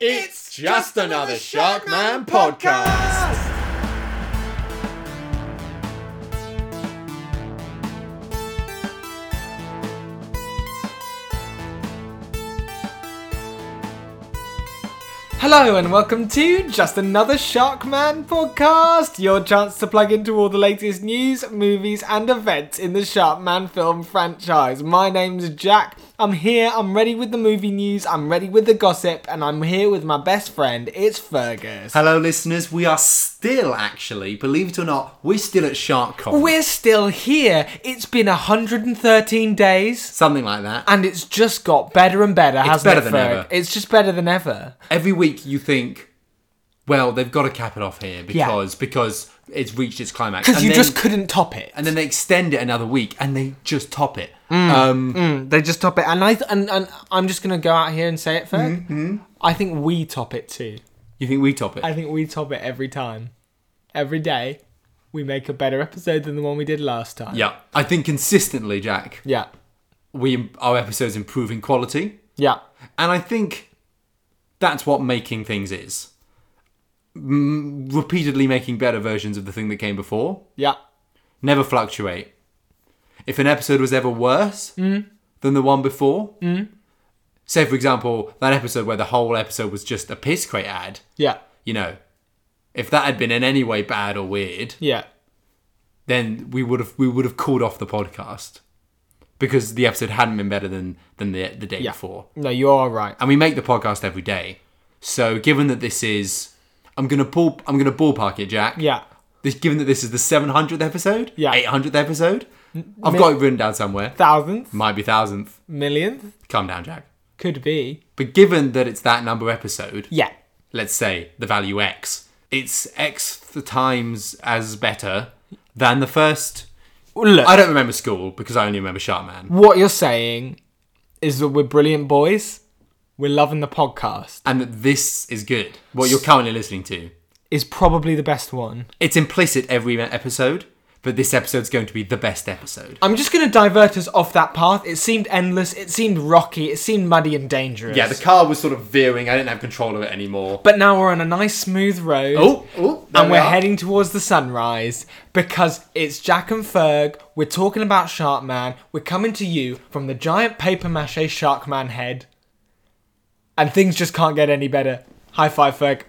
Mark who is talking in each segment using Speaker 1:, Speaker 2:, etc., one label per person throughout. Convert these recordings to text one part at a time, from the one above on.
Speaker 1: It's just another Sharkman podcast.
Speaker 2: Hello and welcome to just another Sharkman podcast, your chance to plug into all the latest news, movies, and events in the Sharkman film franchise. My name's Jack. I'm here, I'm ready with the movie news, I'm ready with the gossip, and I'm here with my best friend, it's Fergus.
Speaker 1: Hello, listeners. We are still, actually, believe it or not, we're still at SharkCon.
Speaker 2: We're still here. It's been 113 days,
Speaker 1: Something like that.
Speaker 2: and it's just got better and better, hasn't
Speaker 1: better
Speaker 2: it?
Speaker 1: than
Speaker 2: Ferg?
Speaker 1: ever.
Speaker 2: It's just better than ever.
Speaker 1: Every week you think, well, they've got to cap it off here because because it's reached its climax.
Speaker 2: Because
Speaker 1: And
Speaker 2: you
Speaker 1: then-
Speaker 2: just couldn't top it.
Speaker 1: and then they extend it another week and they just top it. Um,
Speaker 2: They just top it, and I th- and, and I'm just gonna go out here and say it, Ferg. I think we top it too.
Speaker 1: You think we top it?
Speaker 2: I think we top it every time, every day. We make a better episode than the one we did last time.
Speaker 1: yeah. I think consistently, Jack,
Speaker 2: yeah,
Speaker 1: we our episodes improve in quality.
Speaker 2: yeah.
Speaker 1: And I think that's what making things is. M- repeatedly making better versions of the thing that came before.
Speaker 2: yeah.
Speaker 1: Never fluctuate. If an episode was ever worse than the one before, say, for example, that episode where the whole episode was just a piss crate ad,
Speaker 2: Yeah,
Speaker 1: you know, if that had been in any way bad or weird,
Speaker 2: yeah,
Speaker 1: then we would have we would have called off the podcast because the episode hadn't been better than than the the day
Speaker 2: yeah.
Speaker 1: before.
Speaker 2: No, you are right.
Speaker 1: And we make the podcast every day. So given that this is I'm gonna ball I'm gonna ballpark it, Jack.
Speaker 2: Yeah,
Speaker 1: This given that this is the seven hundredth episode,
Speaker 2: Yeah.
Speaker 1: eight hundredth episode. I've got it written down somewhere.
Speaker 2: thousandth,
Speaker 1: Might be thousandth.
Speaker 2: millionth,
Speaker 1: Calm down, Jack.
Speaker 2: could be.
Speaker 1: But given that it's that number episode,
Speaker 2: Yeah,
Speaker 1: let's say the value X, it's X th- times as better than the first
Speaker 2: look.
Speaker 1: I don't remember school because I only remember Sharkman.
Speaker 2: what you're saying is that we're brilliant boys. We're loving the podcast.
Speaker 1: and that this is good. What you're currently listening to.
Speaker 2: Is probably the best one.
Speaker 1: It's implicit every episode, but this episode's going to be the best episode.
Speaker 2: I'm just going to divert us off that path. It seemed endless. It seemed rocky. It seemed muddy and dangerous.
Speaker 1: Yeah, the car was sort of veering. I didn't have control of it anymore.
Speaker 2: but now we're on a nice, smooth road.
Speaker 1: Oh, oh, there
Speaker 2: and
Speaker 1: we
Speaker 2: we're
Speaker 1: are.
Speaker 2: heading towards the sunrise because it's Jack and Ferg. We're talking about Sharkman. We're coming to you from the giant paper mache Sharkman head. And things just can't get any better. High five, Ferg.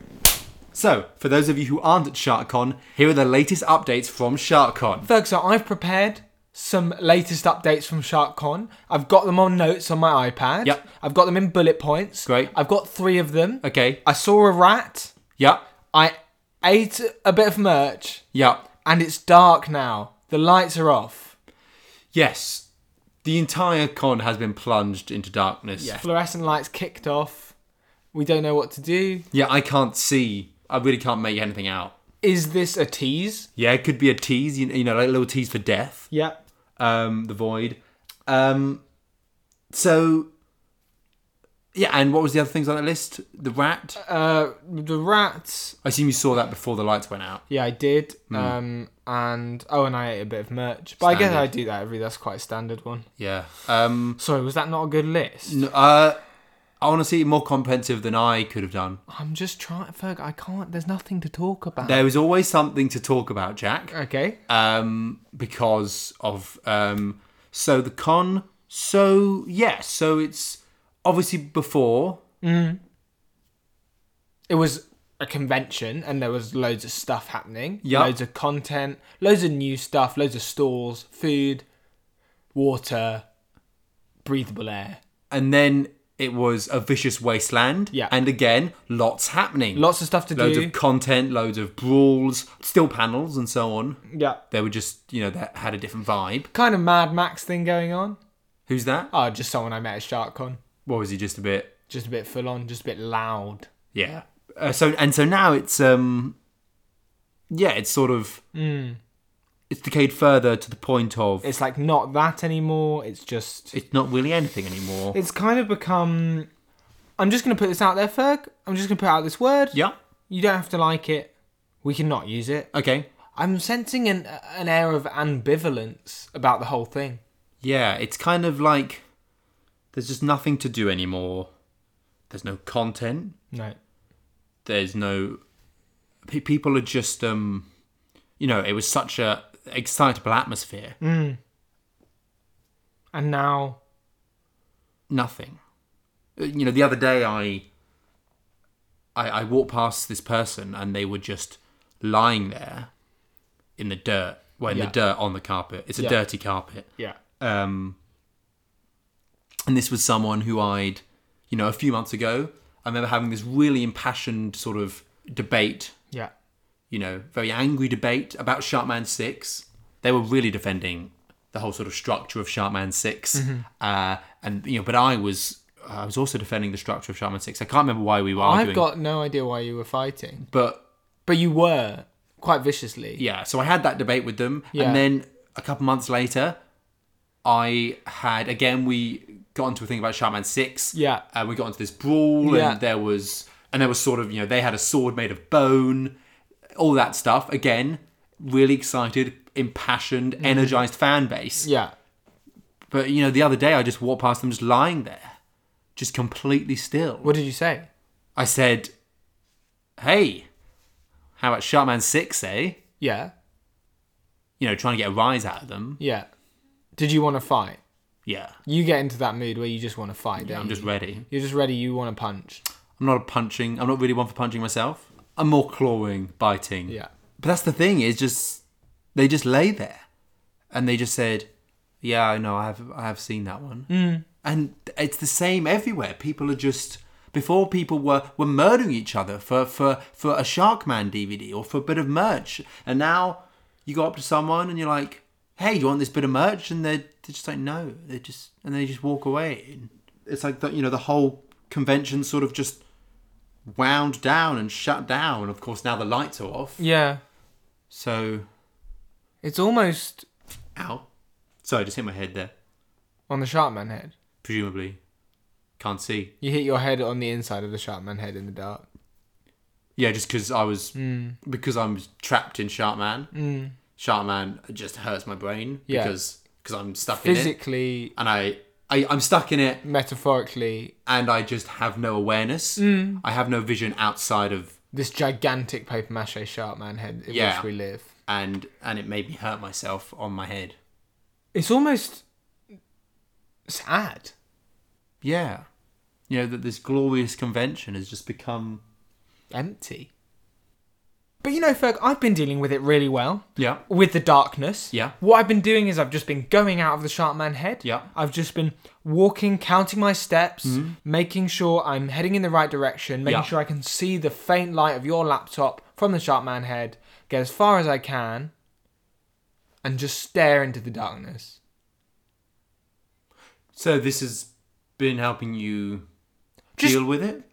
Speaker 1: So, for those of you who aren't at SharkCon, here are the latest updates from SharkCon.
Speaker 2: Ferg, so I've prepared some latest updates from SharkCon. I've got them on notes on my iPad.
Speaker 1: Yep.
Speaker 2: I've got them in bullet points.
Speaker 1: Great.
Speaker 2: I've got three of them.
Speaker 1: Okay.
Speaker 2: I saw a rat.
Speaker 1: Yeah.
Speaker 2: I ate a bit of merch,
Speaker 1: Yeah.
Speaker 2: and it's dark now. The lights are off.
Speaker 1: Yes. The entire con has been plunged into darkness.
Speaker 2: Fluorescent lights kicked off. We don't know what to do.
Speaker 1: Yeah, I can't see. I really can't make anything out.
Speaker 2: Is this a tease?
Speaker 1: Yeah, it could be a tease, you you know, like a little tease for death.
Speaker 2: Yep.
Speaker 1: um, the void. Um, so yeah, and what was the other things on that list? The rat.
Speaker 2: Uh, the rats.
Speaker 1: I assume you saw that before the lights went out.
Speaker 2: Yeah, I did.
Speaker 1: Hmm.
Speaker 2: Um, and oh, and I ate a bit of merch. But I guess
Speaker 1: Standard.
Speaker 2: I do that every. That's quite a standard one.
Speaker 1: Yeah. Um,
Speaker 2: Sorry, was that not a good list?
Speaker 1: n- uh, honestly, more comprehensive than I could have done.
Speaker 2: I'm just trying, Ferg. I can't. There's nothing to talk about.
Speaker 1: There was always something to talk about, Jack.
Speaker 2: okay.
Speaker 1: Um, because of um, so the con. So yeah, so it's obviously before.
Speaker 2: it was a convention and there was loads of stuff happening.
Speaker 1: Yup.
Speaker 2: Loads of content, loads of new stuff, loads of stalls, food, water, breathable air.
Speaker 1: And then it was a vicious wasteland.
Speaker 2: Yeah.
Speaker 1: And again, lots happening.
Speaker 2: Lots of stuff to
Speaker 1: loads
Speaker 2: do.
Speaker 1: of content, loads of brawls, still panels and so on.
Speaker 2: yeah.
Speaker 1: They were just, you know, that had a different vibe.
Speaker 2: Kind of Mad Max thing going on.
Speaker 1: Who's that?
Speaker 2: Oh, just someone I met at SharkCon.
Speaker 1: What was he just a bit?
Speaker 2: Just a bit full on, just a bit loud.
Speaker 1: Yeah. Uh, so and so now it's um, yeah, it's sort of it's decayed further to the point of it's,
Speaker 2: It's like not that anymore. It's just.
Speaker 1: not really anything anymore.
Speaker 2: It's kind of become. I'm just going to put this out there, Ferg. I'm just going to put out this word.
Speaker 1: yeah.
Speaker 2: You don't have to like it. We can not use it.
Speaker 1: Okay.
Speaker 2: I'm sensing an an air of ambivalence about the whole thing.
Speaker 1: Yeah, it's kind of like there's just nothing to do anymore. There's no content.
Speaker 2: No.
Speaker 1: there's no pe- people are just um you know it was such a excitable atmosphere
Speaker 2: Mm. And now,
Speaker 1: nothing Uh, you know the other day I, I i walked past this person and they were just lying there in the dirt well in
Speaker 2: Yeah.
Speaker 1: the dirt on the carpet it's a
Speaker 2: Yeah.
Speaker 1: dirty carpet
Speaker 2: yeah,
Speaker 1: um, and this was someone who I'd, you know, a few months ago, I remember having this really impassioned sort of debate,
Speaker 2: yeah,
Speaker 1: you know, very angry debate about Sharkman 6. They were really defending the whole sort of structure of Sharkman 6.
Speaker 2: Mm-hmm.
Speaker 1: Uh, and, you know, but I was, I was also defending the structure of Sharkman 6. I can't remember why we were arguing.
Speaker 2: I've got no idea why you were fighting,
Speaker 1: but
Speaker 2: but you were quite viciously.
Speaker 1: yeah so i had that debate with them
Speaker 2: Yeah.
Speaker 1: and then a couple months later i had again we got into a thing about shaman 6
Speaker 2: Yeah.
Speaker 1: and we got into this brawl
Speaker 2: Yeah.
Speaker 1: and there was and there was sort of you know they had a sword made of bone all that stuff again really excited impassioned
Speaker 2: Mm.
Speaker 1: energized fan base
Speaker 2: yeah,
Speaker 1: but you know the other day i just walked past them just lying there just completely still
Speaker 2: What did you say?
Speaker 1: i said hey how about shaman 6 eh
Speaker 2: Yeah,
Speaker 1: you know trying to get a rise out of them
Speaker 2: yeah. Did you want to fight?
Speaker 1: yeah
Speaker 2: You get into that mood where you just want to fight. don't
Speaker 1: I'm
Speaker 2: you?
Speaker 1: just ready.
Speaker 2: You're just ready. You want to punch.
Speaker 1: I'm not a punching. I'm not really one for punching myself. I'm more clawing, biting.
Speaker 2: Yeah.
Speaker 1: But that's the thing is just they just lay there, and they just said, "Yeah, I know. I have I have seen that one." Mm. And it's the same everywhere. People are just before people were were murdering each other for for for a Sharkman DVD or for a bit of merch, and now you go up to someone and you're like, "Hey, do you want this bit of merch?" And they're, they're just like, "No." They just and they just walk away. And It's like the, you know the whole convention sort of just wound down and shut down. And of course, now the lights are off.
Speaker 2: Yeah.
Speaker 1: So,
Speaker 2: It's almost
Speaker 1: ow. Sorry, just hit my head there.
Speaker 2: on the Sharkman head.
Speaker 1: Presumably, can't see.
Speaker 2: You hit your head on the inside of the Sharkman head in the dark.
Speaker 1: Yeah, just because I was because I'm trapped in Sharkman. Mm. Sharkman just hurts my brain
Speaker 2: Yeah.
Speaker 1: because because I'm stuck in it,
Speaker 2: Physically,
Speaker 1: and I, I I'm stuck in it,
Speaker 2: metaphorically,
Speaker 1: and I just have no awareness. I have no vision outside of
Speaker 2: this gigantic paper mache Sharkman head in
Speaker 1: Yeah.
Speaker 2: which we live.
Speaker 1: and and it made me hurt myself on my head.
Speaker 2: It's almost sad.
Speaker 1: Yeah, you know that this glorious convention has just become
Speaker 2: Empty. But you know, Ferg, I've been dealing with it really well.
Speaker 1: yeah
Speaker 2: with the darkness.
Speaker 1: Yeah.
Speaker 2: What I've been doing is I've just been going out of the shark man head.
Speaker 1: Yeah. Hmm.
Speaker 2: I've just been walking, counting my steps, making sure I'm heading in the right direction, making
Speaker 1: Yeah.
Speaker 2: sure I can see the faint light of your laptop from the shark man head, get as far as I can, and just stare into the darkness.
Speaker 1: So this has been helping you
Speaker 2: Just-
Speaker 1: deal with it.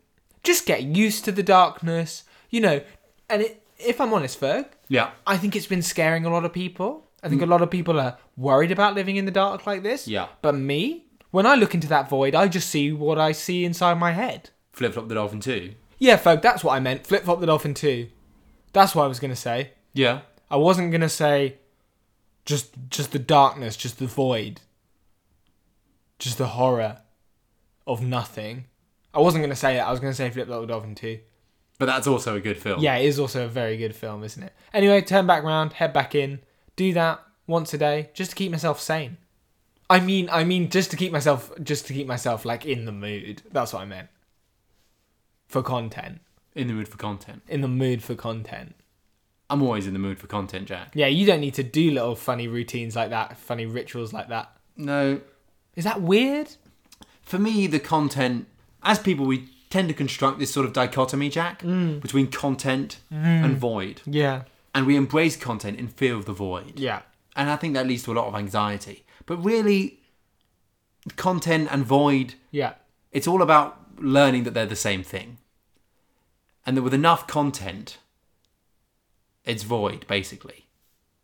Speaker 2: Just get used to the darkness, you know. And it, if I'm honest, Ferg,
Speaker 1: Yeah.
Speaker 2: I think it's been scaring a lot of people. I think a lot of people are worried about living in the dark like this.
Speaker 1: Yeah.
Speaker 2: But me, when I look into that void, I just see what I see inside my head.
Speaker 1: Flip flop the dolphin too.
Speaker 2: Yeah, folk, that's what I meant. Flip Flop the Dolphin 2. That's what I was going to say.
Speaker 1: Yeah.
Speaker 2: I wasn't going to say just just the darkness, just the void. Just the horror of nothing. I wasn't going to say it. I was going to say Flip Flop the Dolphin 2.
Speaker 1: But that's also a good film.
Speaker 2: Yeah, it is also a very good film, isn't it? Anyway, turn back round, head back in, do that once a day, just to keep myself sane. I mean, I mean, just to keep myself, just to keep myself like in the mood. That's what I meant. For content,
Speaker 1: In the mood for content.
Speaker 2: in the mood for content.
Speaker 1: I'm always in the mood for content, Jack.
Speaker 2: Yeah, you don't need to do little funny routines like that, funny rituals like that.
Speaker 1: No.
Speaker 2: Is that weird?
Speaker 1: For me, the content, as people, we tend to construct this sort of dichotomy, Jack, between content and void.
Speaker 2: Yeah.
Speaker 1: And we embrace content in fear of the void.
Speaker 2: Yeah.
Speaker 1: And I think that leads to a lot of anxiety. But really, content and void
Speaker 2: Yeah.
Speaker 1: It's all about learning that they're the same thing. And that with enough content, it's void, basically.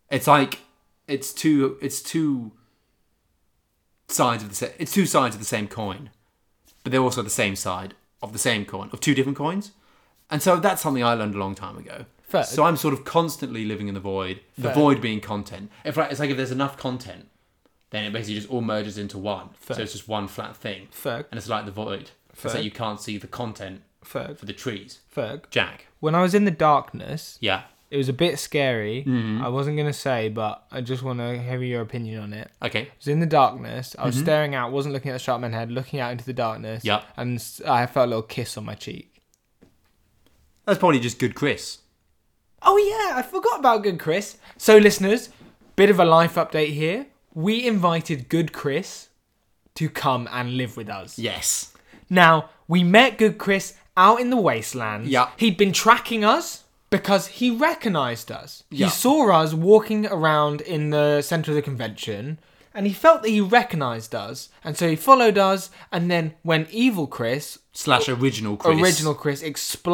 Speaker 1: It's like it's two it's two sides of the sa- it's two sides of the same coin. But they're also the same side of the same coin, of two different coins. And so that's something I learned a long time ago.
Speaker 2: Fair.
Speaker 1: So I'm sort of constantly living in the void, the
Speaker 2: Fair.
Speaker 1: void being content. If like, it's like if there's enough content, then it basically just all merges into one. So it's just one flat thing
Speaker 2: Ferg.
Speaker 1: and it's like the void. It's
Speaker 2: Fair.
Speaker 1: like you can't see the content
Speaker 2: Ferg.
Speaker 1: for the trees.
Speaker 2: Ferg.
Speaker 1: Jack.
Speaker 2: When I was in the darkness,
Speaker 1: Yeah.
Speaker 2: it was a bit scary. I wasn't gonna say, but I just want to hear your opinion on it.
Speaker 1: Okay.
Speaker 2: I was in the darkness. I was staring out, wasn't looking at the Sharkman head, looking out into the darkness.
Speaker 1: Yeah.
Speaker 2: And s- I felt a little kiss on my cheek.
Speaker 1: That's probably just good Chris.
Speaker 2: Oh yeah, I forgot about Good Chris. So listeners, bit of a life update here. We invited Good Chris to come and live with us.
Speaker 1: Yes.
Speaker 2: Now, we met Good Chris out in the wasteland.
Speaker 1: Yeah.
Speaker 2: He'd been tracking us because he recognized us.
Speaker 1: Yeah.
Speaker 2: He saw us walking around in the center of the convention and he felt that he recognized us. And so he followed us. And then when Evil Chris,
Speaker 1: Slash original Chris.
Speaker 2: original Chris,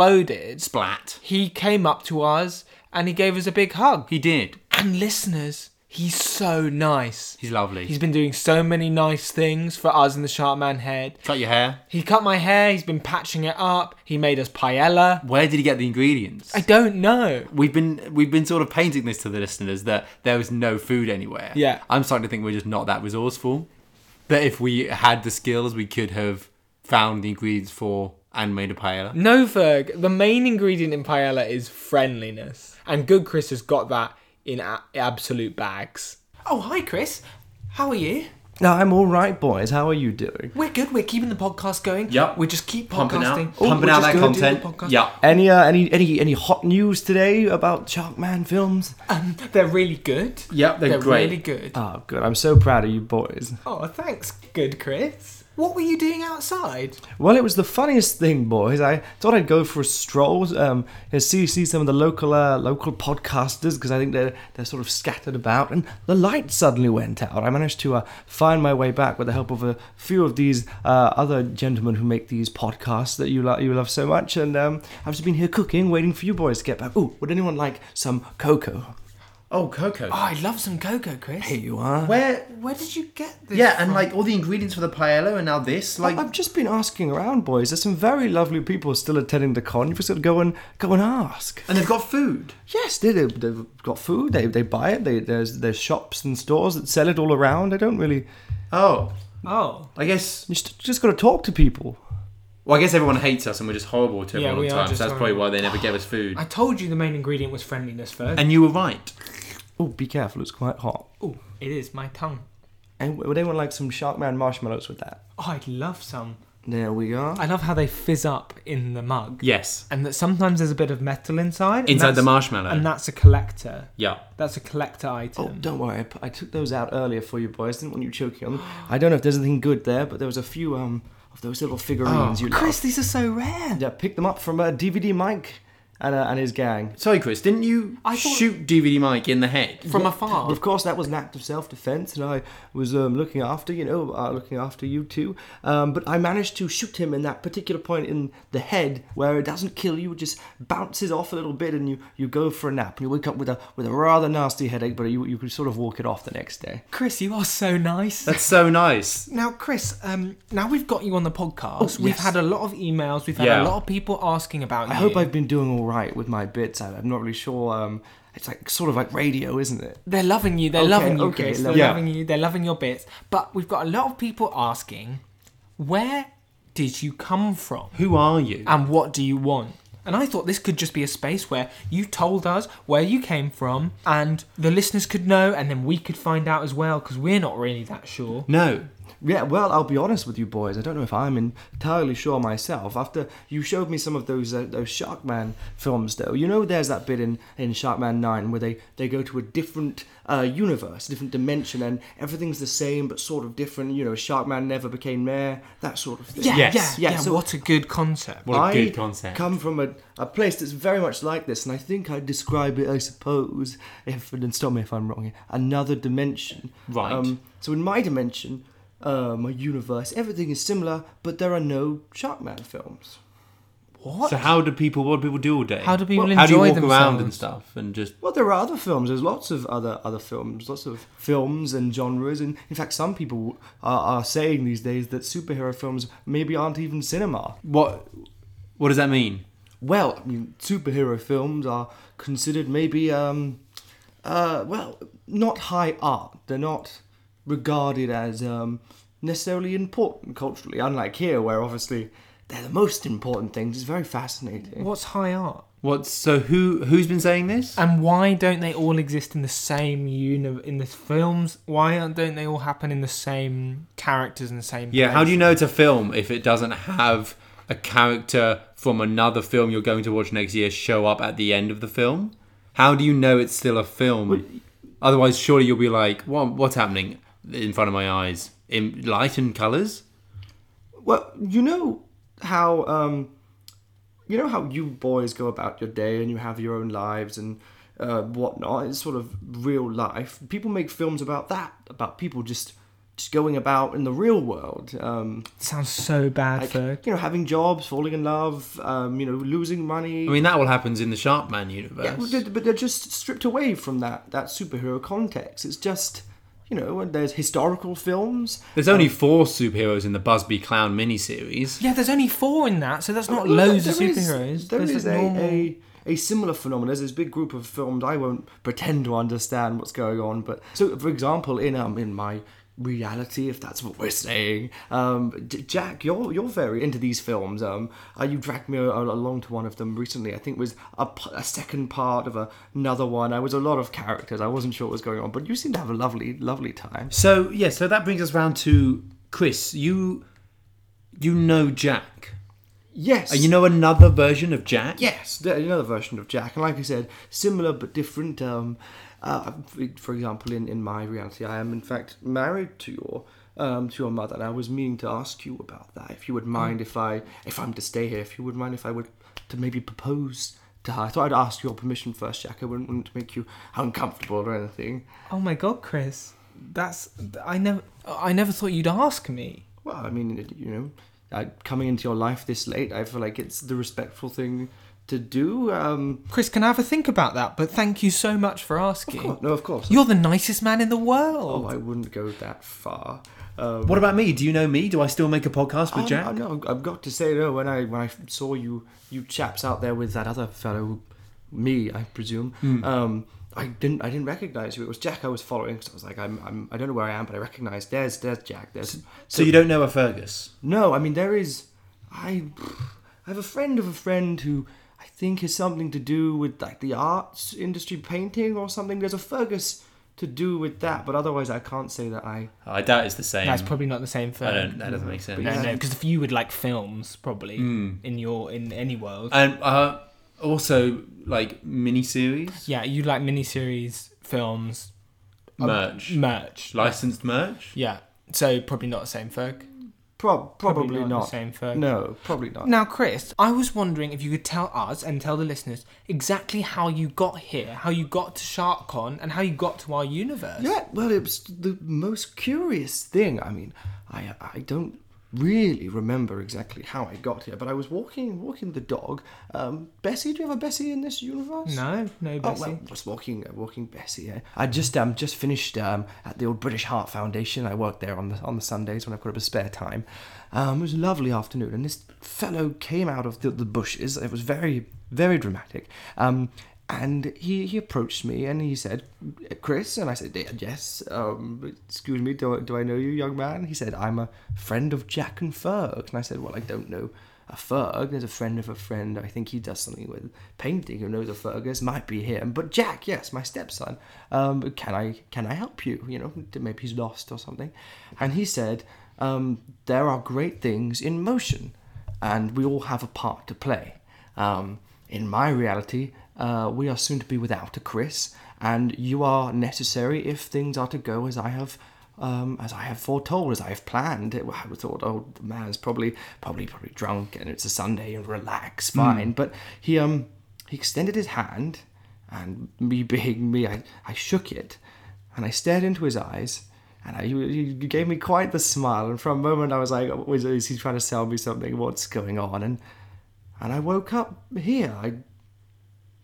Speaker 2: exploded,
Speaker 1: Splat.
Speaker 2: he came up to us and he gave us a big hug.
Speaker 1: He did.
Speaker 2: And listeners, he's so nice.
Speaker 1: He's lovely.
Speaker 2: He's been doing so many nice things for us in the Sharkman Head.
Speaker 1: Cut your hair.
Speaker 2: He cut my hair. He's been patching it up. He made us paella.
Speaker 1: Where did he get the ingredients?
Speaker 2: I don't know.
Speaker 1: We've been we've been sort of painting this to the listeners that there was no food anywhere.
Speaker 2: Yeah.
Speaker 1: I'm starting to think we're just not that resourceful. That if we had the skills, we could have found the ingredients for and made a paella.
Speaker 2: No, Ferg. The main ingredient in paella is friendliness, and Good Chris has got that in a- absolute bags. Oh, hi, Chris. How are you?
Speaker 3: No, I'm all right, boys. How are you doing?
Speaker 2: We're good. We're keeping the podcast going.
Speaker 1: Yep.
Speaker 2: We just keep
Speaker 1: Pumping out,
Speaker 2: podcasting.
Speaker 3: Oh,
Speaker 1: pumping
Speaker 3: we're
Speaker 1: out
Speaker 3: just
Speaker 1: that
Speaker 3: gonna do
Speaker 2: the
Speaker 1: content.
Speaker 2: podcast.
Speaker 1: Yeah.
Speaker 3: Any uh, any any any hot news today about Sharkman films?
Speaker 2: Um, they're really good.
Speaker 1: Yep, they're great.
Speaker 2: really good.
Speaker 3: Oh, good. I'm so proud of you boys.
Speaker 2: Oh, thanks, Good Chris. What were you doing outside?
Speaker 3: Well, it was the funniest thing, boys. I thought I'd go for a stroll, um, and see see some of the local uh, local podcasters because I think they're they're sort of scattered about. And the light suddenly went out. I managed to uh, find my way back with the help of a few of these uh, other gentlemen who make these podcasts that you lo- you love so much. And um, I've just been here cooking, waiting for you boys to get back. Ooh, would anyone like some cocoa?
Speaker 1: Oh, cocoa.
Speaker 2: Oh, I love some cocoa, Chris.
Speaker 3: Here you are.
Speaker 1: Where?
Speaker 2: Where did you get this?
Speaker 1: Yeah, and like all the ingredients for the paella, and now this. Like,
Speaker 3: I've just been asking around, boys. There's some very lovely people still attending the con. You've just got to go and go and ask.
Speaker 1: and they've got food.
Speaker 3: Yes, they, they, they've got food. They, they buy it. They, there's there's shops and stores that sell it all around. They don't really.
Speaker 1: Oh,
Speaker 2: Oh.
Speaker 1: I guess.
Speaker 3: You just, just got to talk to people.
Speaker 1: Well, I guess everyone hates us, and we're just horrible to
Speaker 2: Yeah,
Speaker 1: everyone
Speaker 2: we
Speaker 1: all
Speaker 2: are
Speaker 1: the time. So
Speaker 2: just
Speaker 1: that's probably
Speaker 2: horrible.
Speaker 1: why they never gave us food.
Speaker 2: I told you the main ingredient was friendliness, Ferg.
Speaker 1: And you were right.
Speaker 3: Oh, be careful! It's quite hot.
Speaker 2: oh, it is my tongue.
Speaker 3: And would anyone like some Sharkman marshmallows with that?
Speaker 2: Oh, I'd love some.
Speaker 3: There we are.
Speaker 2: I love how they fizz up in the mug,
Speaker 1: Yes.
Speaker 2: and that sometimes there's a bit of metal inside. and
Speaker 1: Inside the
Speaker 2: that's-
Speaker 1: marshmallow.
Speaker 2: and that's a collector.
Speaker 1: yeah.
Speaker 2: That's a collector
Speaker 3: Oh,
Speaker 2: item.
Speaker 3: don't worry. I, put- I took those out earlier for you boys. Didn't want you choking on them. I don't know if there's anything good there, but there was a few um of those little figurines you
Speaker 2: Chris, these are so rare.
Speaker 3: love. Yeah, picked them up from uh, DVD Mike and uh, and his gang.
Speaker 1: Sorry, Chris, didn't you
Speaker 2: I thought-
Speaker 1: shoot DVD Mike in the head?
Speaker 2: From
Speaker 3: Well,
Speaker 2: afar.
Speaker 3: Of course, that was an act of self-defense, and I was um, looking after, you know, uh, looking after you two. Um, but I managed to shoot him in that particular point in the head where it doesn't kill you; it just bounces off a little bit, and you, you go for a nap, and you wake up with a with a rather nasty headache, but you you could sort of walk it off the next day.
Speaker 2: Chris, you are so nice.
Speaker 1: That's so nice.
Speaker 2: Now, Chris, um, now we've got you on the podcast. We've
Speaker 3: yes.
Speaker 2: had a lot of emails. We've had
Speaker 1: Yeah.
Speaker 2: a lot of people asking about
Speaker 3: I
Speaker 2: you.
Speaker 3: hope I've been doing all right with my bits. I, I'm not really sure. Um, it's like sort of like radio, isn't it?
Speaker 2: They're loving you. They're
Speaker 3: Okay,
Speaker 2: loving you,
Speaker 3: okay,
Speaker 2: Chris. They're
Speaker 3: lovely.
Speaker 1: Yeah.
Speaker 2: loving you. They're loving your bits. But we've got a lot of people asking, where did you come from,
Speaker 1: Who are you?
Speaker 2: and what do you want? And I thought this could just be a space where you told us where you came from, and the listeners could know, and then we could find out as well, because we're not really that sure.
Speaker 1: No.
Speaker 3: Yeah, well, I'll be honest with you boys. I don't know if I'm entirely sure myself. After you showed me some of those uh, those Sharkman films, though, you know, there's that bit in, in Sharkman Nine where they, they go to a different uh, universe, different dimension, and everything's the same but sort of different. You know, Sharkman never became mayor, that sort of thing.
Speaker 2: Yeah,
Speaker 1: Yes.
Speaker 2: yeah, yeah.
Speaker 3: Yeah, so-
Speaker 2: what a good concept.
Speaker 1: What a
Speaker 3: I
Speaker 1: good concept.
Speaker 3: come from a, a place that's very much like this, and I think I'd describe it, I suppose, if and stop me if I'm wrong, here, another dimension.
Speaker 1: Right.
Speaker 3: Um, so in my dimension, uh, my universe, everything is similar, but there are no Sharkman films.
Speaker 2: What?
Speaker 1: So how do people? What do people do all day?
Speaker 2: How do people
Speaker 1: How do you
Speaker 2: enjoy
Speaker 1: walk around
Speaker 2: themselves?
Speaker 1: and stuff and just?
Speaker 3: Well, there are other films. There's lots of other other films, lots of films and genres, and in fact, some people are, are saying these days that superhero films maybe aren't even cinema.
Speaker 1: What? What does that mean?
Speaker 3: Well, I mean, superhero films are considered maybe, um, uh, well, not high art. They're not regarded as um, necessarily important culturally, unlike here, where obviously they're the most important things. It's very fascinating.
Speaker 2: What's high art?
Speaker 1: What? So who who's been saying this?
Speaker 2: And why don't they all exist in the same universe in the films? Why aren't don't they all happen in the same characters and the same?
Speaker 1: Yeah. How
Speaker 2: place?
Speaker 1: do you know it's a film if it doesn't have a character from another film you're going to watch next year show up at the end of the film? How do you know it's still a film? Otherwise, surely you'll be like, what, what's happening in front of my eyes? In light and colours?
Speaker 3: Well, you know how um, you know how you boys go about your day and you have your own lives and uh, whatnot. It's sort of real life. People make films about that, about people just just going about in the real world. Um,
Speaker 2: Sounds so bad,
Speaker 3: like,
Speaker 2: Ferg.
Speaker 3: you know, having jobs, falling in love, um, you know, losing money.
Speaker 1: I mean, that all happens in the Sharkman universe.
Speaker 3: Yeah, well, they're- but they're just stripped away from that that superhero context. It's just you know, and there's historical films.
Speaker 1: There's only four superheroes in the Busby Clown miniseries.
Speaker 2: Yeah, there's only four in that, so that's not
Speaker 3: Well,
Speaker 2: loads
Speaker 3: there-
Speaker 2: of
Speaker 3: there is-
Speaker 2: superheroes.
Speaker 3: there
Speaker 2: there's
Speaker 3: is
Speaker 2: the
Speaker 3: a,
Speaker 2: normal-
Speaker 3: a, a similar phenomenon. There's this big group of films. I won't pretend to understand what's going on, but so for example, in um in my reality, if that's what we're saying, um, J- Jack, you're you're very into these films. Um, uh, you dragged me a- a- along to one of them recently. I think it was a, p- a second part of a, another one. I was a lot of characters. I wasn't sure what was going on, but you seem to have a lovely lovely time.
Speaker 1: So yeah, so that brings us round to Chris. You you know Jack.
Speaker 3: Yes,
Speaker 1: And you know another version of Jack?
Speaker 3: Yes, th- another version of Jack, and like I said, similar but different. Um, uh, for- for example, in, in my reality, I am in fact married to your um, to your mother, and I was meaning to ask you about that. If you would mind, if I if I'm to stay here, if you would mind, if I would to maybe propose to her. I thought I'd ask your permission first, Jack. I wouldn't want to make you uncomfortable or anything.
Speaker 2: Oh my god, Chris, that's I never I never thought you'd ask me.
Speaker 3: Well, I mean, it- you know, uh, coming into your life this late, I feel like it's the respectful thing to do. Um,
Speaker 2: Chris, can I have a think about that? But thank you so much for asking.
Speaker 3: no, of course.
Speaker 2: You're the nicest man in the world.
Speaker 3: Oh, I wouldn't go that far. Um,
Speaker 1: What about me? Do you know me? Do I still make a podcast
Speaker 4: Um,
Speaker 1: with
Speaker 3: I-
Speaker 1: Jack?
Speaker 3: I, know, I've got to say though, when I when I saw you you chaps out there with that other fellow, me I presume,
Speaker 1: Hmm.
Speaker 3: um, I didn't I didn't recognize you. It was Jack I was following because I was like I'm, I'm I don't know where I am, but I recognize there's there's Jack. There's
Speaker 1: so you don't know a Fergus?
Speaker 3: no, I mean there is. I I have a friend of a friend who I think has something to do with like the arts industry, painting or something. There's a Fergus to do with that, but otherwise I can't say that I.
Speaker 1: I doubt it's the same.
Speaker 2: That's probably not the same thing.
Speaker 1: I don't. That doesn't make sense.
Speaker 2: No,
Speaker 3: Yeah.
Speaker 2: no, because if you would like films, probably
Speaker 3: Hmm.
Speaker 2: in your in any world,
Speaker 4: Um,
Speaker 1: And uh, also like miniseries
Speaker 2: yeah, you like miniseries, films, um,
Speaker 1: merch,
Speaker 2: merch,
Speaker 1: licensed merch.
Speaker 2: yeah. So probably not the same Ferg.
Speaker 3: Prob- probably,
Speaker 2: not
Speaker 3: not.
Speaker 2: the same Ferg.
Speaker 3: No, probably not.
Speaker 2: Now, Chris, I was wondering if you could tell us and tell the listeners exactly how you got here, how you got to SharkCon, and how you got to our universe.
Speaker 3: Yeah, well, it was the most curious thing. I mean, I I don't really remember exactly how I got here, but I was walking walking the dog. Um, Bessie, do you have a Bessie in this universe?
Speaker 2: No, no,
Speaker 3: Oh,
Speaker 2: Bessie.
Speaker 3: well, just walking, uh, walking Bessie. eh? I just um just finished um at the old British Heart Foundation. I work there on the on the Sundays when I've got a bit of spare time. Um, it was a lovely afternoon, and this fellow came out of the, the bushes. It was very very dramatic. Um, and he he approached me and he said, "Chris," and I said, "Yeah, "Yes." Um, excuse me, do I, do I know you, young man? He said, "I'm a friend of Jack and Ferg," and I said, "Well, I don't know." a Ferg. There's a friend of a friend. I think he does something with painting. Who knows a Fergus? Might be him. But Jack, yes, my stepson. Um, can I can I help you? You know, maybe he's lost or something. And he said, um, there are great things in motion, and we all have a part to play. Um, in my reality, uh, we are soon to be without a Chris, and you are necessary if things are to go as I have um, as I have foretold, as I have planned. It- I thought, oh, the man's probably, probably, probably drunk, and it's a Sunday, and relax, fine. But he, um, he extended his hand, and me being me, I, I shook it, and I stared into his eyes, and I, he he gave me quite the smile. And for a moment, I was like, oh, is, is he trying to sell me something? What's going on? And and I woke up here. I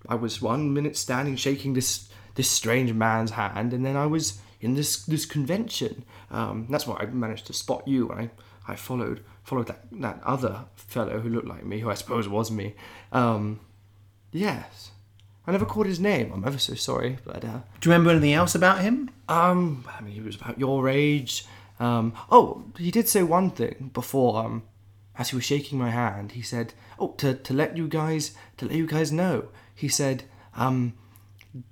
Speaker 3: I was one minute standing shaking this this strange man's hand, and then I was in this this convention. Um, that's why I managed to spot you, and I, I followed followed that, that other fellow who looked like me, who I suppose was me. Um, yes, I never caught his name. I'm ever so sorry, but uh,
Speaker 1: Do you remember anything else about him?
Speaker 3: um, I mean, he was about your age. Um, oh, he did say one thing before um, as he was shaking my hand, he said, "Oh, to, to let you guys to let you guys know," he said, um,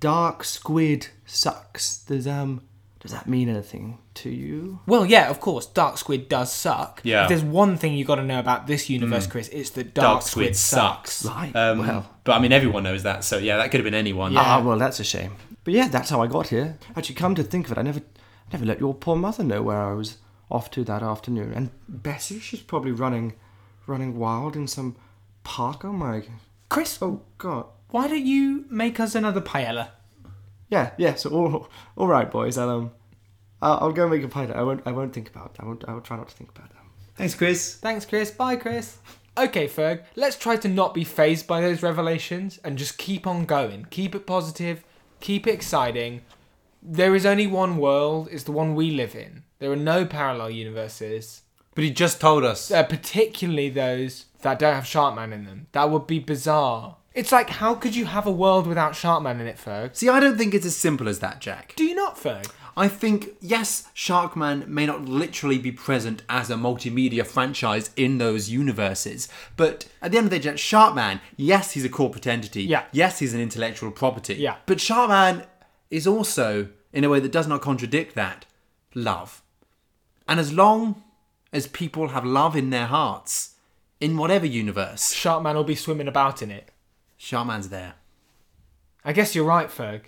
Speaker 3: "Dark squid sucks." Does um does that mean anything to you?
Speaker 2: Well, yeah, of course, Dark Squid does suck.
Speaker 4: Yeah.
Speaker 2: If there's one thing you got to know about this universe, Chris, it's that Dark,
Speaker 4: Dark Squid sucks.
Speaker 3: Right,
Speaker 4: Um,
Speaker 3: well.
Speaker 4: But I mean, everyone knows that. So yeah, that could have been anyone.
Speaker 3: Ah, well, that's a shame. But yeah, that's how I got here. Actually, come to think of it, I never, I never let your poor mother know where I was off to that afternoon. And Bessie, she's probably running, running wild in some park. Oh my,
Speaker 2: Chris,
Speaker 3: oh god.
Speaker 2: why don't you make us another paella?
Speaker 3: Yeah, yeah. So all, all right, boys. I'll um, I'll, I'll go make a pilot. I won't, I won't think about. I won't, I will try not to think about that.
Speaker 4: Thanks, Chris.
Speaker 2: Thanks, Chris. Bye, Chris. Okay, Ferg, let's try to not be phased by those revelations and just keep on going. Keep it positive, keep it exciting. There is only one world, it's the one we live in. There are no parallel universes,
Speaker 1: But he just told us.
Speaker 2: uh, particularly those that don't have Sharkman in them. That would be bizarre. It's like, how could you have a world without Sharkman in it, Ferg?
Speaker 1: See, I don't think it's as simple as that, Jack.
Speaker 2: Do you not, Ferg?
Speaker 1: I think, yes, Sharkman may not literally be present as a multimedia franchise in those universes, but at the end of the day, Jack, Sharkman, yes, he's a corporate entity.
Speaker 2: Yeah.
Speaker 1: Yes, he's an intellectual property.
Speaker 2: Yeah.
Speaker 1: But Sharkman is also, in a way that does not contradict that, love. And as long as people have love in their hearts, in whatever universe,
Speaker 2: Sharkman will be swimming about in it.
Speaker 1: Sharkman's there.
Speaker 2: I guess you're right, Ferg.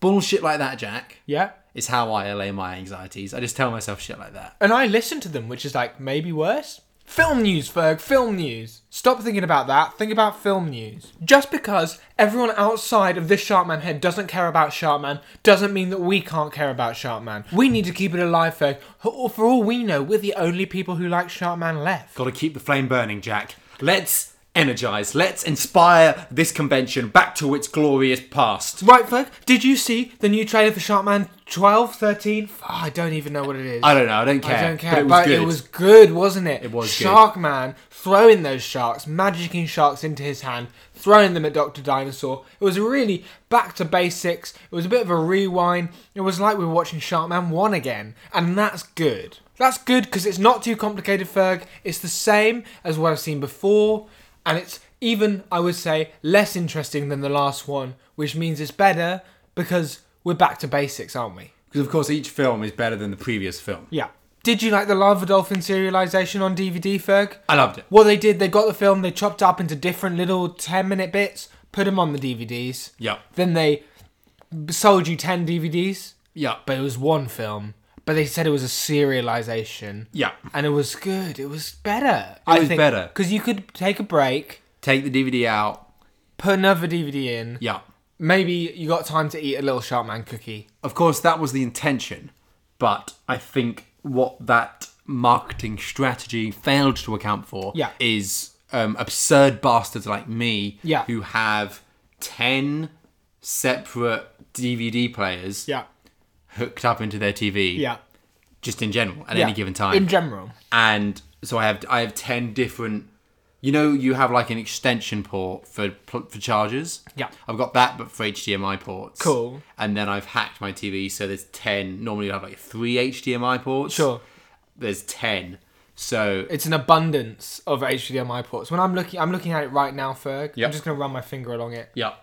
Speaker 1: Bullshit like that, Jack,
Speaker 2: Yeah?
Speaker 1: is how I allay my anxieties. I just tell myself shit like that.
Speaker 2: And I listen to them, which is like maybe worse. Film news, Ferg, film news. Stop thinking about that. Think about film news. Just because everyone outside of this Sharkman head doesn't care about Sharkman doesn't mean that we can't care about Sharkman. We need to keep it alive, Ferg. Or For all we know, we're the only people who like Sharkman left.
Speaker 1: Got to keep the flame burning, Jack. Let's energize. Let's inspire this convention back to its glorious past.
Speaker 2: Right, Ferg, did you see the new trailer for Sharkman 12, 13? F- Ah, I don't even know what it is.
Speaker 1: I don't know. I don't care.
Speaker 2: I don't care,
Speaker 1: But it was good.
Speaker 2: was not it? It
Speaker 1: was good.
Speaker 2: Sharkman throwing those sharks, magicking sharks into his hand, throwing them at Doctor Dinosaur. It was really back to basics. It was a bit of a rewind. It was like we were watching Sharkman one again, and that's good. That's good because it's not too complicated, Ferg. It's the same as what I've seen before, and it's even, I would say, less interesting than the last one, which means it's better because we're back to basics, aren't we?
Speaker 1: Because of course, each film is better than the previous film.
Speaker 2: Yeah. Did you like the Lava Dolphin serialization on DVD, Ferg?
Speaker 1: I loved it.
Speaker 2: What they did, they got the film, they chopped up into different little 10 minute bits, put them on the DVDs.
Speaker 1: Yeah.
Speaker 2: Then they b- sold you 10 DVDs,
Speaker 1: Yeah, but
Speaker 2: but it was one film. But they said it was a serialization.
Speaker 1: Yeah.
Speaker 2: And it was good. It was better.
Speaker 1: It was better.
Speaker 2: Because you could take a break,
Speaker 1: take the DVD out.
Speaker 2: put another DVD in.
Speaker 1: Yeah.
Speaker 2: Maybe you got time to eat a little Sharkman cookie.
Speaker 1: Of course, that was the intention, but I think what that marketing strategy failed to account for
Speaker 2: Yeah.
Speaker 1: is um, absurd bastards like me
Speaker 2: Yeah.
Speaker 1: who have 10 separate DVD players
Speaker 2: Yeah.
Speaker 1: hooked up into their TV.
Speaker 2: Yeah.
Speaker 1: Just in general, at
Speaker 2: yeah.
Speaker 1: any given time.
Speaker 2: In general.
Speaker 1: and so I have I have ten different. You know, you have like an extension port for pl- for chargers.
Speaker 2: Yeah.
Speaker 1: I've got that, but for HDMI ports.
Speaker 2: Cool.
Speaker 1: And then I've hacked my TV, so there's ten. Normally, you have like three HDMI ports.
Speaker 2: Sure.
Speaker 1: There's ten. So
Speaker 2: it's an abundance of HDMI ports. When I'm looking, I'm looking at it right now, Ferg.
Speaker 1: Yep.
Speaker 2: I'm just gonna run my finger along it.
Speaker 1: yeah,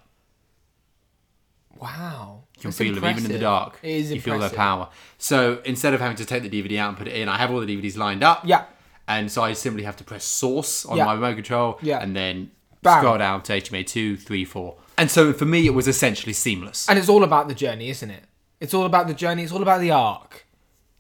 Speaker 2: Wow,
Speaker 1: you can feel them even in the dark.
Speaker 2: It is
Speaker 1: you
Speaker 2: impressive.
Speaker 1: feel their power. So instead of having to take the DVD out and put it in, I have all the DVDs lined up.
Speaker 2: Yeah.
Speaker 1: And so I simply have to press source on
Speaker 2: Yeah.
Speaker 1: my remote control
Speaker 2: Yeah.
Speaker 1: and then
Speaker 2: Bam.
Speaker 1: scroll down to HDMI 2, 3, 4. And so for me, it was essentially seamless.
Speaker 2: And it's all about the journey, isn't it? It's all about the journey. It's all about the arc.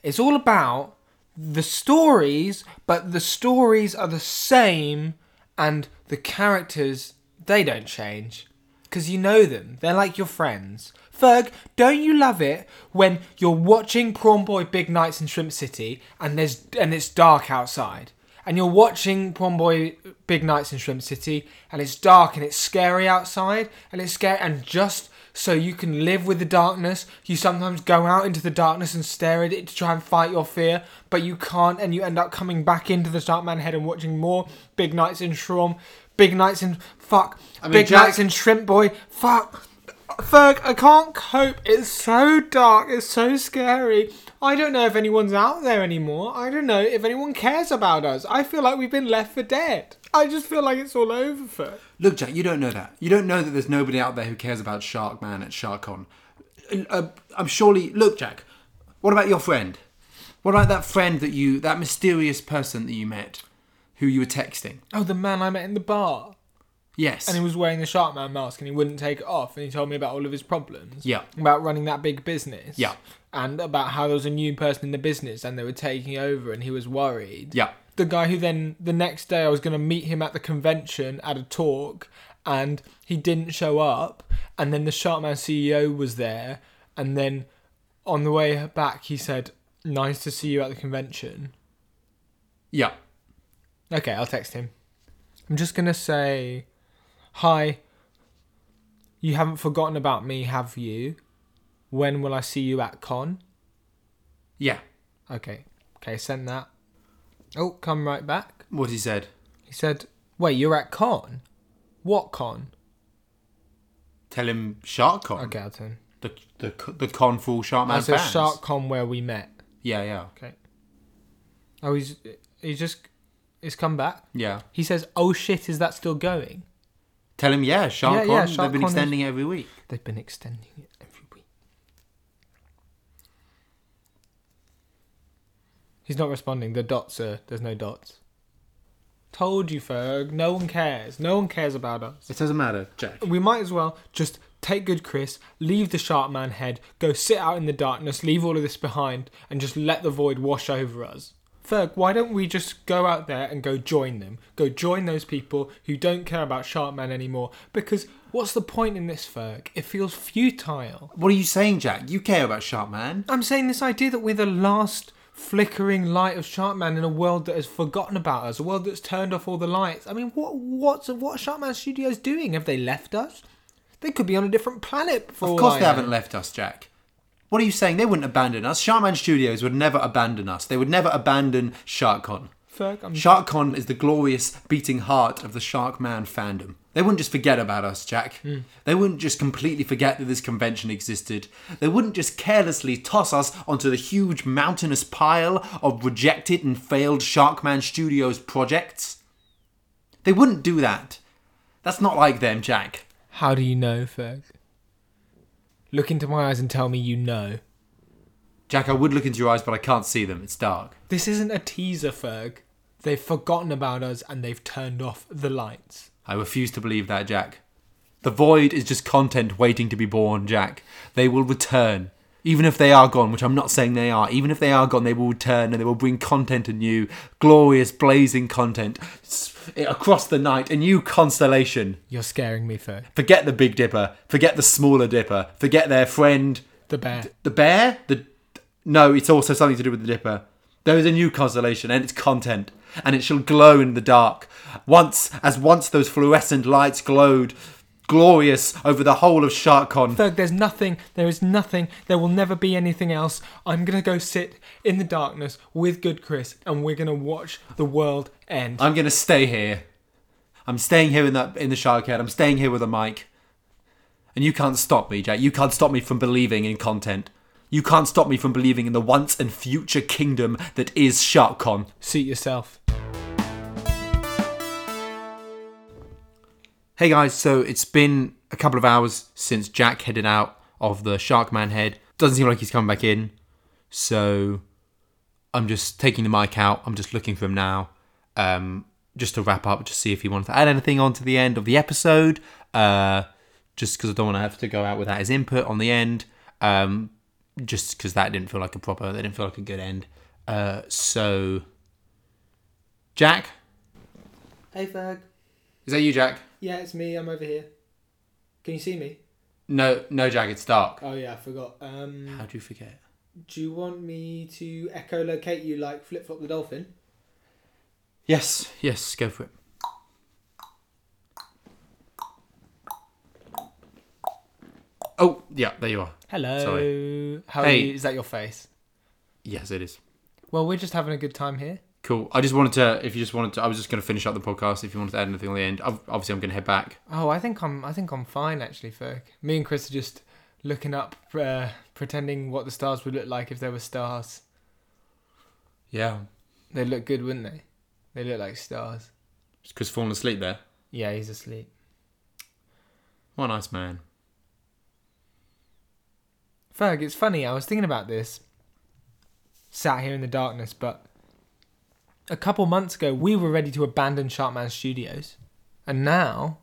Speaker 2: It's all about the stories, but the stories are the same, and the characters they don't change because you know them. They're like your friends. Ferg, don't you love it when you're watching Prawn Boy Big Nights in Shrimp City and there's and it's dark outside? And you're watching Prawn Boy Big Nights in Shrimp City and it's dark and it's scary outside and it's scary and just so you can live with the darkness, you sometimes go out into the darkness and stare at it to try and fight your fear, but you can't and you end up coming back into the Darkman head and watching more Big Nights in Shrum, Big Nights in fuck,
Speaker 1: mean,
Speaker 2: Big
Speaker 1: Jack-
Speaker 2: Nights in Shrimp Boy, fuck. Ferg, I can't cope. It's so dark. It's so scary. I don't know if anyone's out there anymore. I don't know if anyone cares about us. I feel like we've been left for dead. I just feel like it's all over, Ferg.
Speaker 1: Look, Jack, you don't know that. You don't know that there's nobody out there who cares about Shark Man at SharkCon. Uh, I'm surely. Look, Jack. What about your friend? What about that friend that you, that mysterious person that you met, who you were texting?
Speaker 2: Oh, the man I met in the bar.
Speaker 1: Yes.
Speaker 2: And he was wearing the Sharkman mask and he wouldn't take it off. And he told me about all of his problems.
Speaker 1: Yeah.
Speaker 2: About running that big business.
Speaker 1: Yeah.
Speaker 2: And about how there was a new person in the business and they were taking over and he was worried.
Speaker 1: Yeah.
Speaker 2: The guy who then, the next day, I was going to meet him at the convention at a talk and he didn't show up. And then the Sharkman CEO was there. And then on the way back, he said, Nice to see you at the convention.
Speaker 1: yeah.
Speaker 2: Okay, I'll text him. I'm just gonna say, Hi, you haven't forgotten about me, have you? When will I see you at con?
Speaker 1: Yeah.
Speaker 2: Okay, okay, send that. Oh, come right back.
Speaker 1: What he said.
Speaker 2: He said, Wait, you're at con? What con?
Speaker 1: Tell him SharkCon.
Speaker 2: Okay, I'll tell him.
Speaker 1: The the c- the con full Shark Man
Speaker 2: That's a
Speaker 1: fans.
Speaker 2: shark con where we met.
Speaker 1: Yeah, yeah,
Speaker 2: Okay. Oh, he's he's just he's come back.
Speaker 1: yeah.
Speaker 2: He says, "Oh shit, is that still going?"
Speaker 1: Tell him, yeah,
Speaker 2: Yeah,
Speaker 1: SharkCon.
Speaker 2: yeah,
Speaker 1: They've
Speaker 2: SharkCon
Speaker 1: been
Speaker 2: is-
Speaker 1: extending it every week.
Speaker 2: They've been extending it every week. He's not responding. The dots are. There's no dots. Told you, Ferg. No one cares. No one cares about us.
Speaker 1: It doesn't matter, Jack.
Speaker 2: We might as well just take good Chris, leave the shark man head, go sit out in the darkness, leave all of this behind, and just let the void wash over us. Ferg, why don't we just go out there and go join them? Go join those people who don't care about Sharkman anymore. Because what's the point in this, Ferg? It feels futile.
Speaker 1: What are you saying, Jack? You care about Shark Man?
Speaker 2: I'm saying this idea that we're the last flickering light of Sharkman in a world that has forgotten about us, a world that's turned off all the lights. I mean, what what's what are Sharkman Studios doing? Have they left us? They could be on a different planet. For
Speaker 1: Of
Speaker 2: all
Speaker 1: course
Speaker 2: Oh, I
Speaker 1: they
Speaker 2: know.
Speaker 1: haven't left us, Jack. What are you saying? They wouldn't abandon us. Sharkman Studios would never abandon us. They would never abandon SharkCon.
Speaker 2: Ferg, I'm
Speaker 1: SharkCon is the glorious beating heart of the Sharkman fandom. They wouldn't just forget about us, Jack. They wouldn't just completely forget that this convention existed. They wouldn't just carelessly toss us onto the huge mountainous pile of rejected and failed Sharkman Studios projects. They wouldn't do that. That's not like them, Jack.
Speaker 2: How do you know, Ferg? Look into my eyes and tell me you know.
Speaker 1: Jack, I would look into your eyes, but I can't see them. It's dark.
Speaker 2: This isn't a teaser, Ferg. They've forgotten about us and they've turned off the lights.
Speaker 1: I refuse to believe that, Jack. The void is just content waiting to be born, Jack. They will return. Even if they are gone, which I'm not saying they are, even if they are gone, they will return and they will bring content anew, glorious, blazing content s- eh, across the night, a new constellation.
Speaker 2: You're scaring me, Ferg.
Speaker 1: Forget the Big Dipper, forget the smaller Dipper, forget their friend,
Speaker 2: The bear.
Speaker 1: the bear. The no, it's also something to do with the Dipper. There is a new constellation, and its content, and it shall glow in the dark. Once, as once those fluorescent lights glowed, glorious over the whole of SharkCon.
Speaker 2: Ferg, there's nothing, there is nothing, there will never be anything else. I'm gonna go sit in the darkness with good Chris and we're gonna watch the world end.
Speaker 1: I'm gonna stay here. I'm staying here in that in the shark head. I'm staying here with a mic. And you can't stop me, Jack. You can't stop me from believing in content. You can't stop me from believing in the once and future kingdom that is SharkCon.
Speaker 2: Suit yourself.
Speaker 1: Hey guys, so it's been a couple of hours since Jack headed out of the Sharkman head. Doesn't seem like he's coming back in. So I'm just taking the mic out. I'm just looking for him now. Um, just to wrap up, just see if he wants to add anything on to the end of the episode. Uh, just because I don't want to have to go out without his input on the end. Um, just because that didn't feel like a proper, that didn't feel like a good end. Uh, so, Jack?
Speaker 2: Hey Ferg.
Speaker 1: Is that you, Jack?
Speaker 2: Yeah, it's me, I'm over here. Can you see me?
Speaker 1: No, no, Jack, it's dark.
Speaker 2: Oh yeah, I forgot. Um
Speaker 1: How do you forget?
Speaker 2: do you want me to echolocate you like flip flop the dolphin?
Speaker 1: Yes, yes, go for it. Oh, yeah, there you are.
Speaker 2: Hello. How
Speaker 1: Hey.
Speaker 2: are you? Is that your face?
Speaker 1: Yes, it is.
Speaker 2: Well, we're just having a good time here.
Speaker 1: Cool. I just wanted to. If you just wanted to, I was just going to finish up the podcast. If you wanted to add anything on the end, Ob- obviously I'm going to head back.
Speaker 2: Oh, I think I'm. I think I'm fine actually, Ferg. Me and Chris are just looking up, uh, pretending what the stars would look like if there were stars.
Speaker 1: Yeah.
Speaker 2: They'd look good, wouldn't they? They look like stars.
Speaker 1: Is Chris falling asleep there?
Speaker 2: Yeah, he's asleep.
Speaker 1: What a nice man.
Speaker 2: Ferg, it's funny. I was thinking about this, sat here in the darkness, but a couple months ago we were ready to abandon Sharkman Studios, and now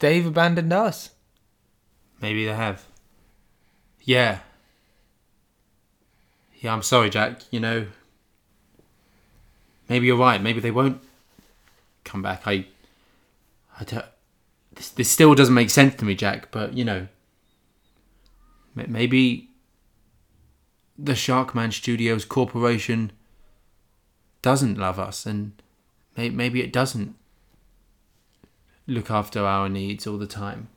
Speaker 2: they've abandoned us.
Speaker 1: Maybe they have. Yeah. Yeah, I'm sorry, Jack. You know, maybe you're right. Maybe they won't come back. I, I don't. This, this still doesn't make sense to me, Jack. But you know, ma- maybe the Sharkman Studios Corporation doesn't love us, and may, maybe it doesn't look after our needs all the time.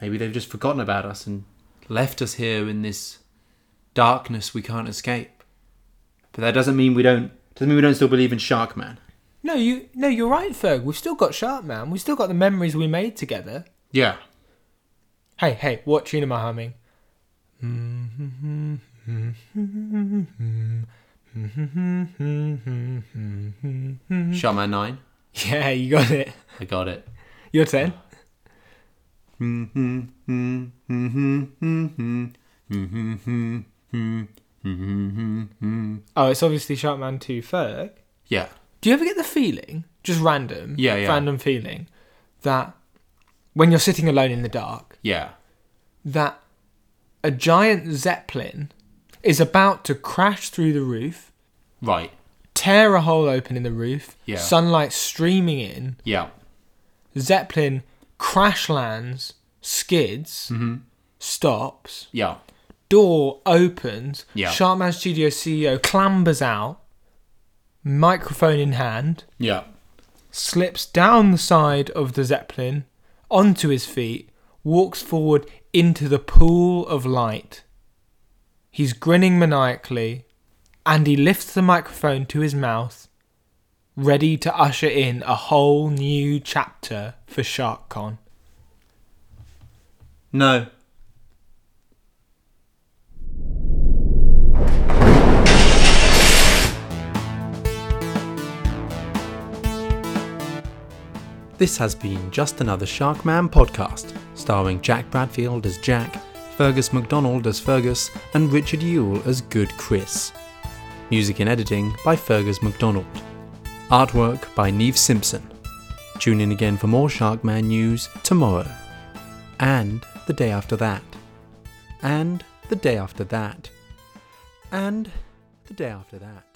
Speaker 1: Maybe they've just forgotten about us and left us here in this darkness we can't escape. But that doesn't mean we don't doesn't mean we don't still believe in Sharkman.
Speaker 2: No, you. No, you're right, Ferg. We've still got Sharkman. We've still got the memories we made together.
Speaker 1: Yeah.
Speaker 2: Hey, hey, what tune am I humming?
Speaker 1: Sharkman 9.
Speaker 2: Yeah, you got it.
Speaker 1: I got it.
Speaker 2: Your turn. Oh, it's obviously Sharkman 2 Ferg.
Speaker 1: Yeah.
Speaker 2: Do you ever get the feeling, just random,
Speaker 1: Yeah, yeah.
Speaker 2: random feeling, that when you're sitting alone in the dark,
Speaker 1: Yeah.
Speaker 2: that a giant zeppelin is about to crash through the roof,
Speaker 1: Right.
Speaker 2: tear a hole open in the roof,
Speaker 1: Yeah.
Speaker 2: sunlight streaming in,
Speaker 1: Yeah.
Speaker 2: zeppelin crash lands, skids, stops,
Speaker 1: Yeah.
Speaker 2: door opens,
Speaker 1: Yeah.
Speaker 2: Sharkman Studio CEO clambers out, microphone in hand,
Speaker 1: Yeah.
Speaker 2: slips down the side of the Zeppelin onto his feet, walks forward into the pool of light. He's grinning maniacally, and he lifts the microphone to his mouth, ready to usher in a whole new chapter for SharkCon.
Speaker 1: No. This has been Just Another Sharkman podcast, starring Jack Bradfield as Jack, Fergus MacDonald as Fergus, and Richard Yule as Good Chris. Music and editing by Fergus MacDonald. Artwork by Neve Simpson. Tune in again for more Sharkman news tomorrow and the day after that, and the day after that, and the day after that.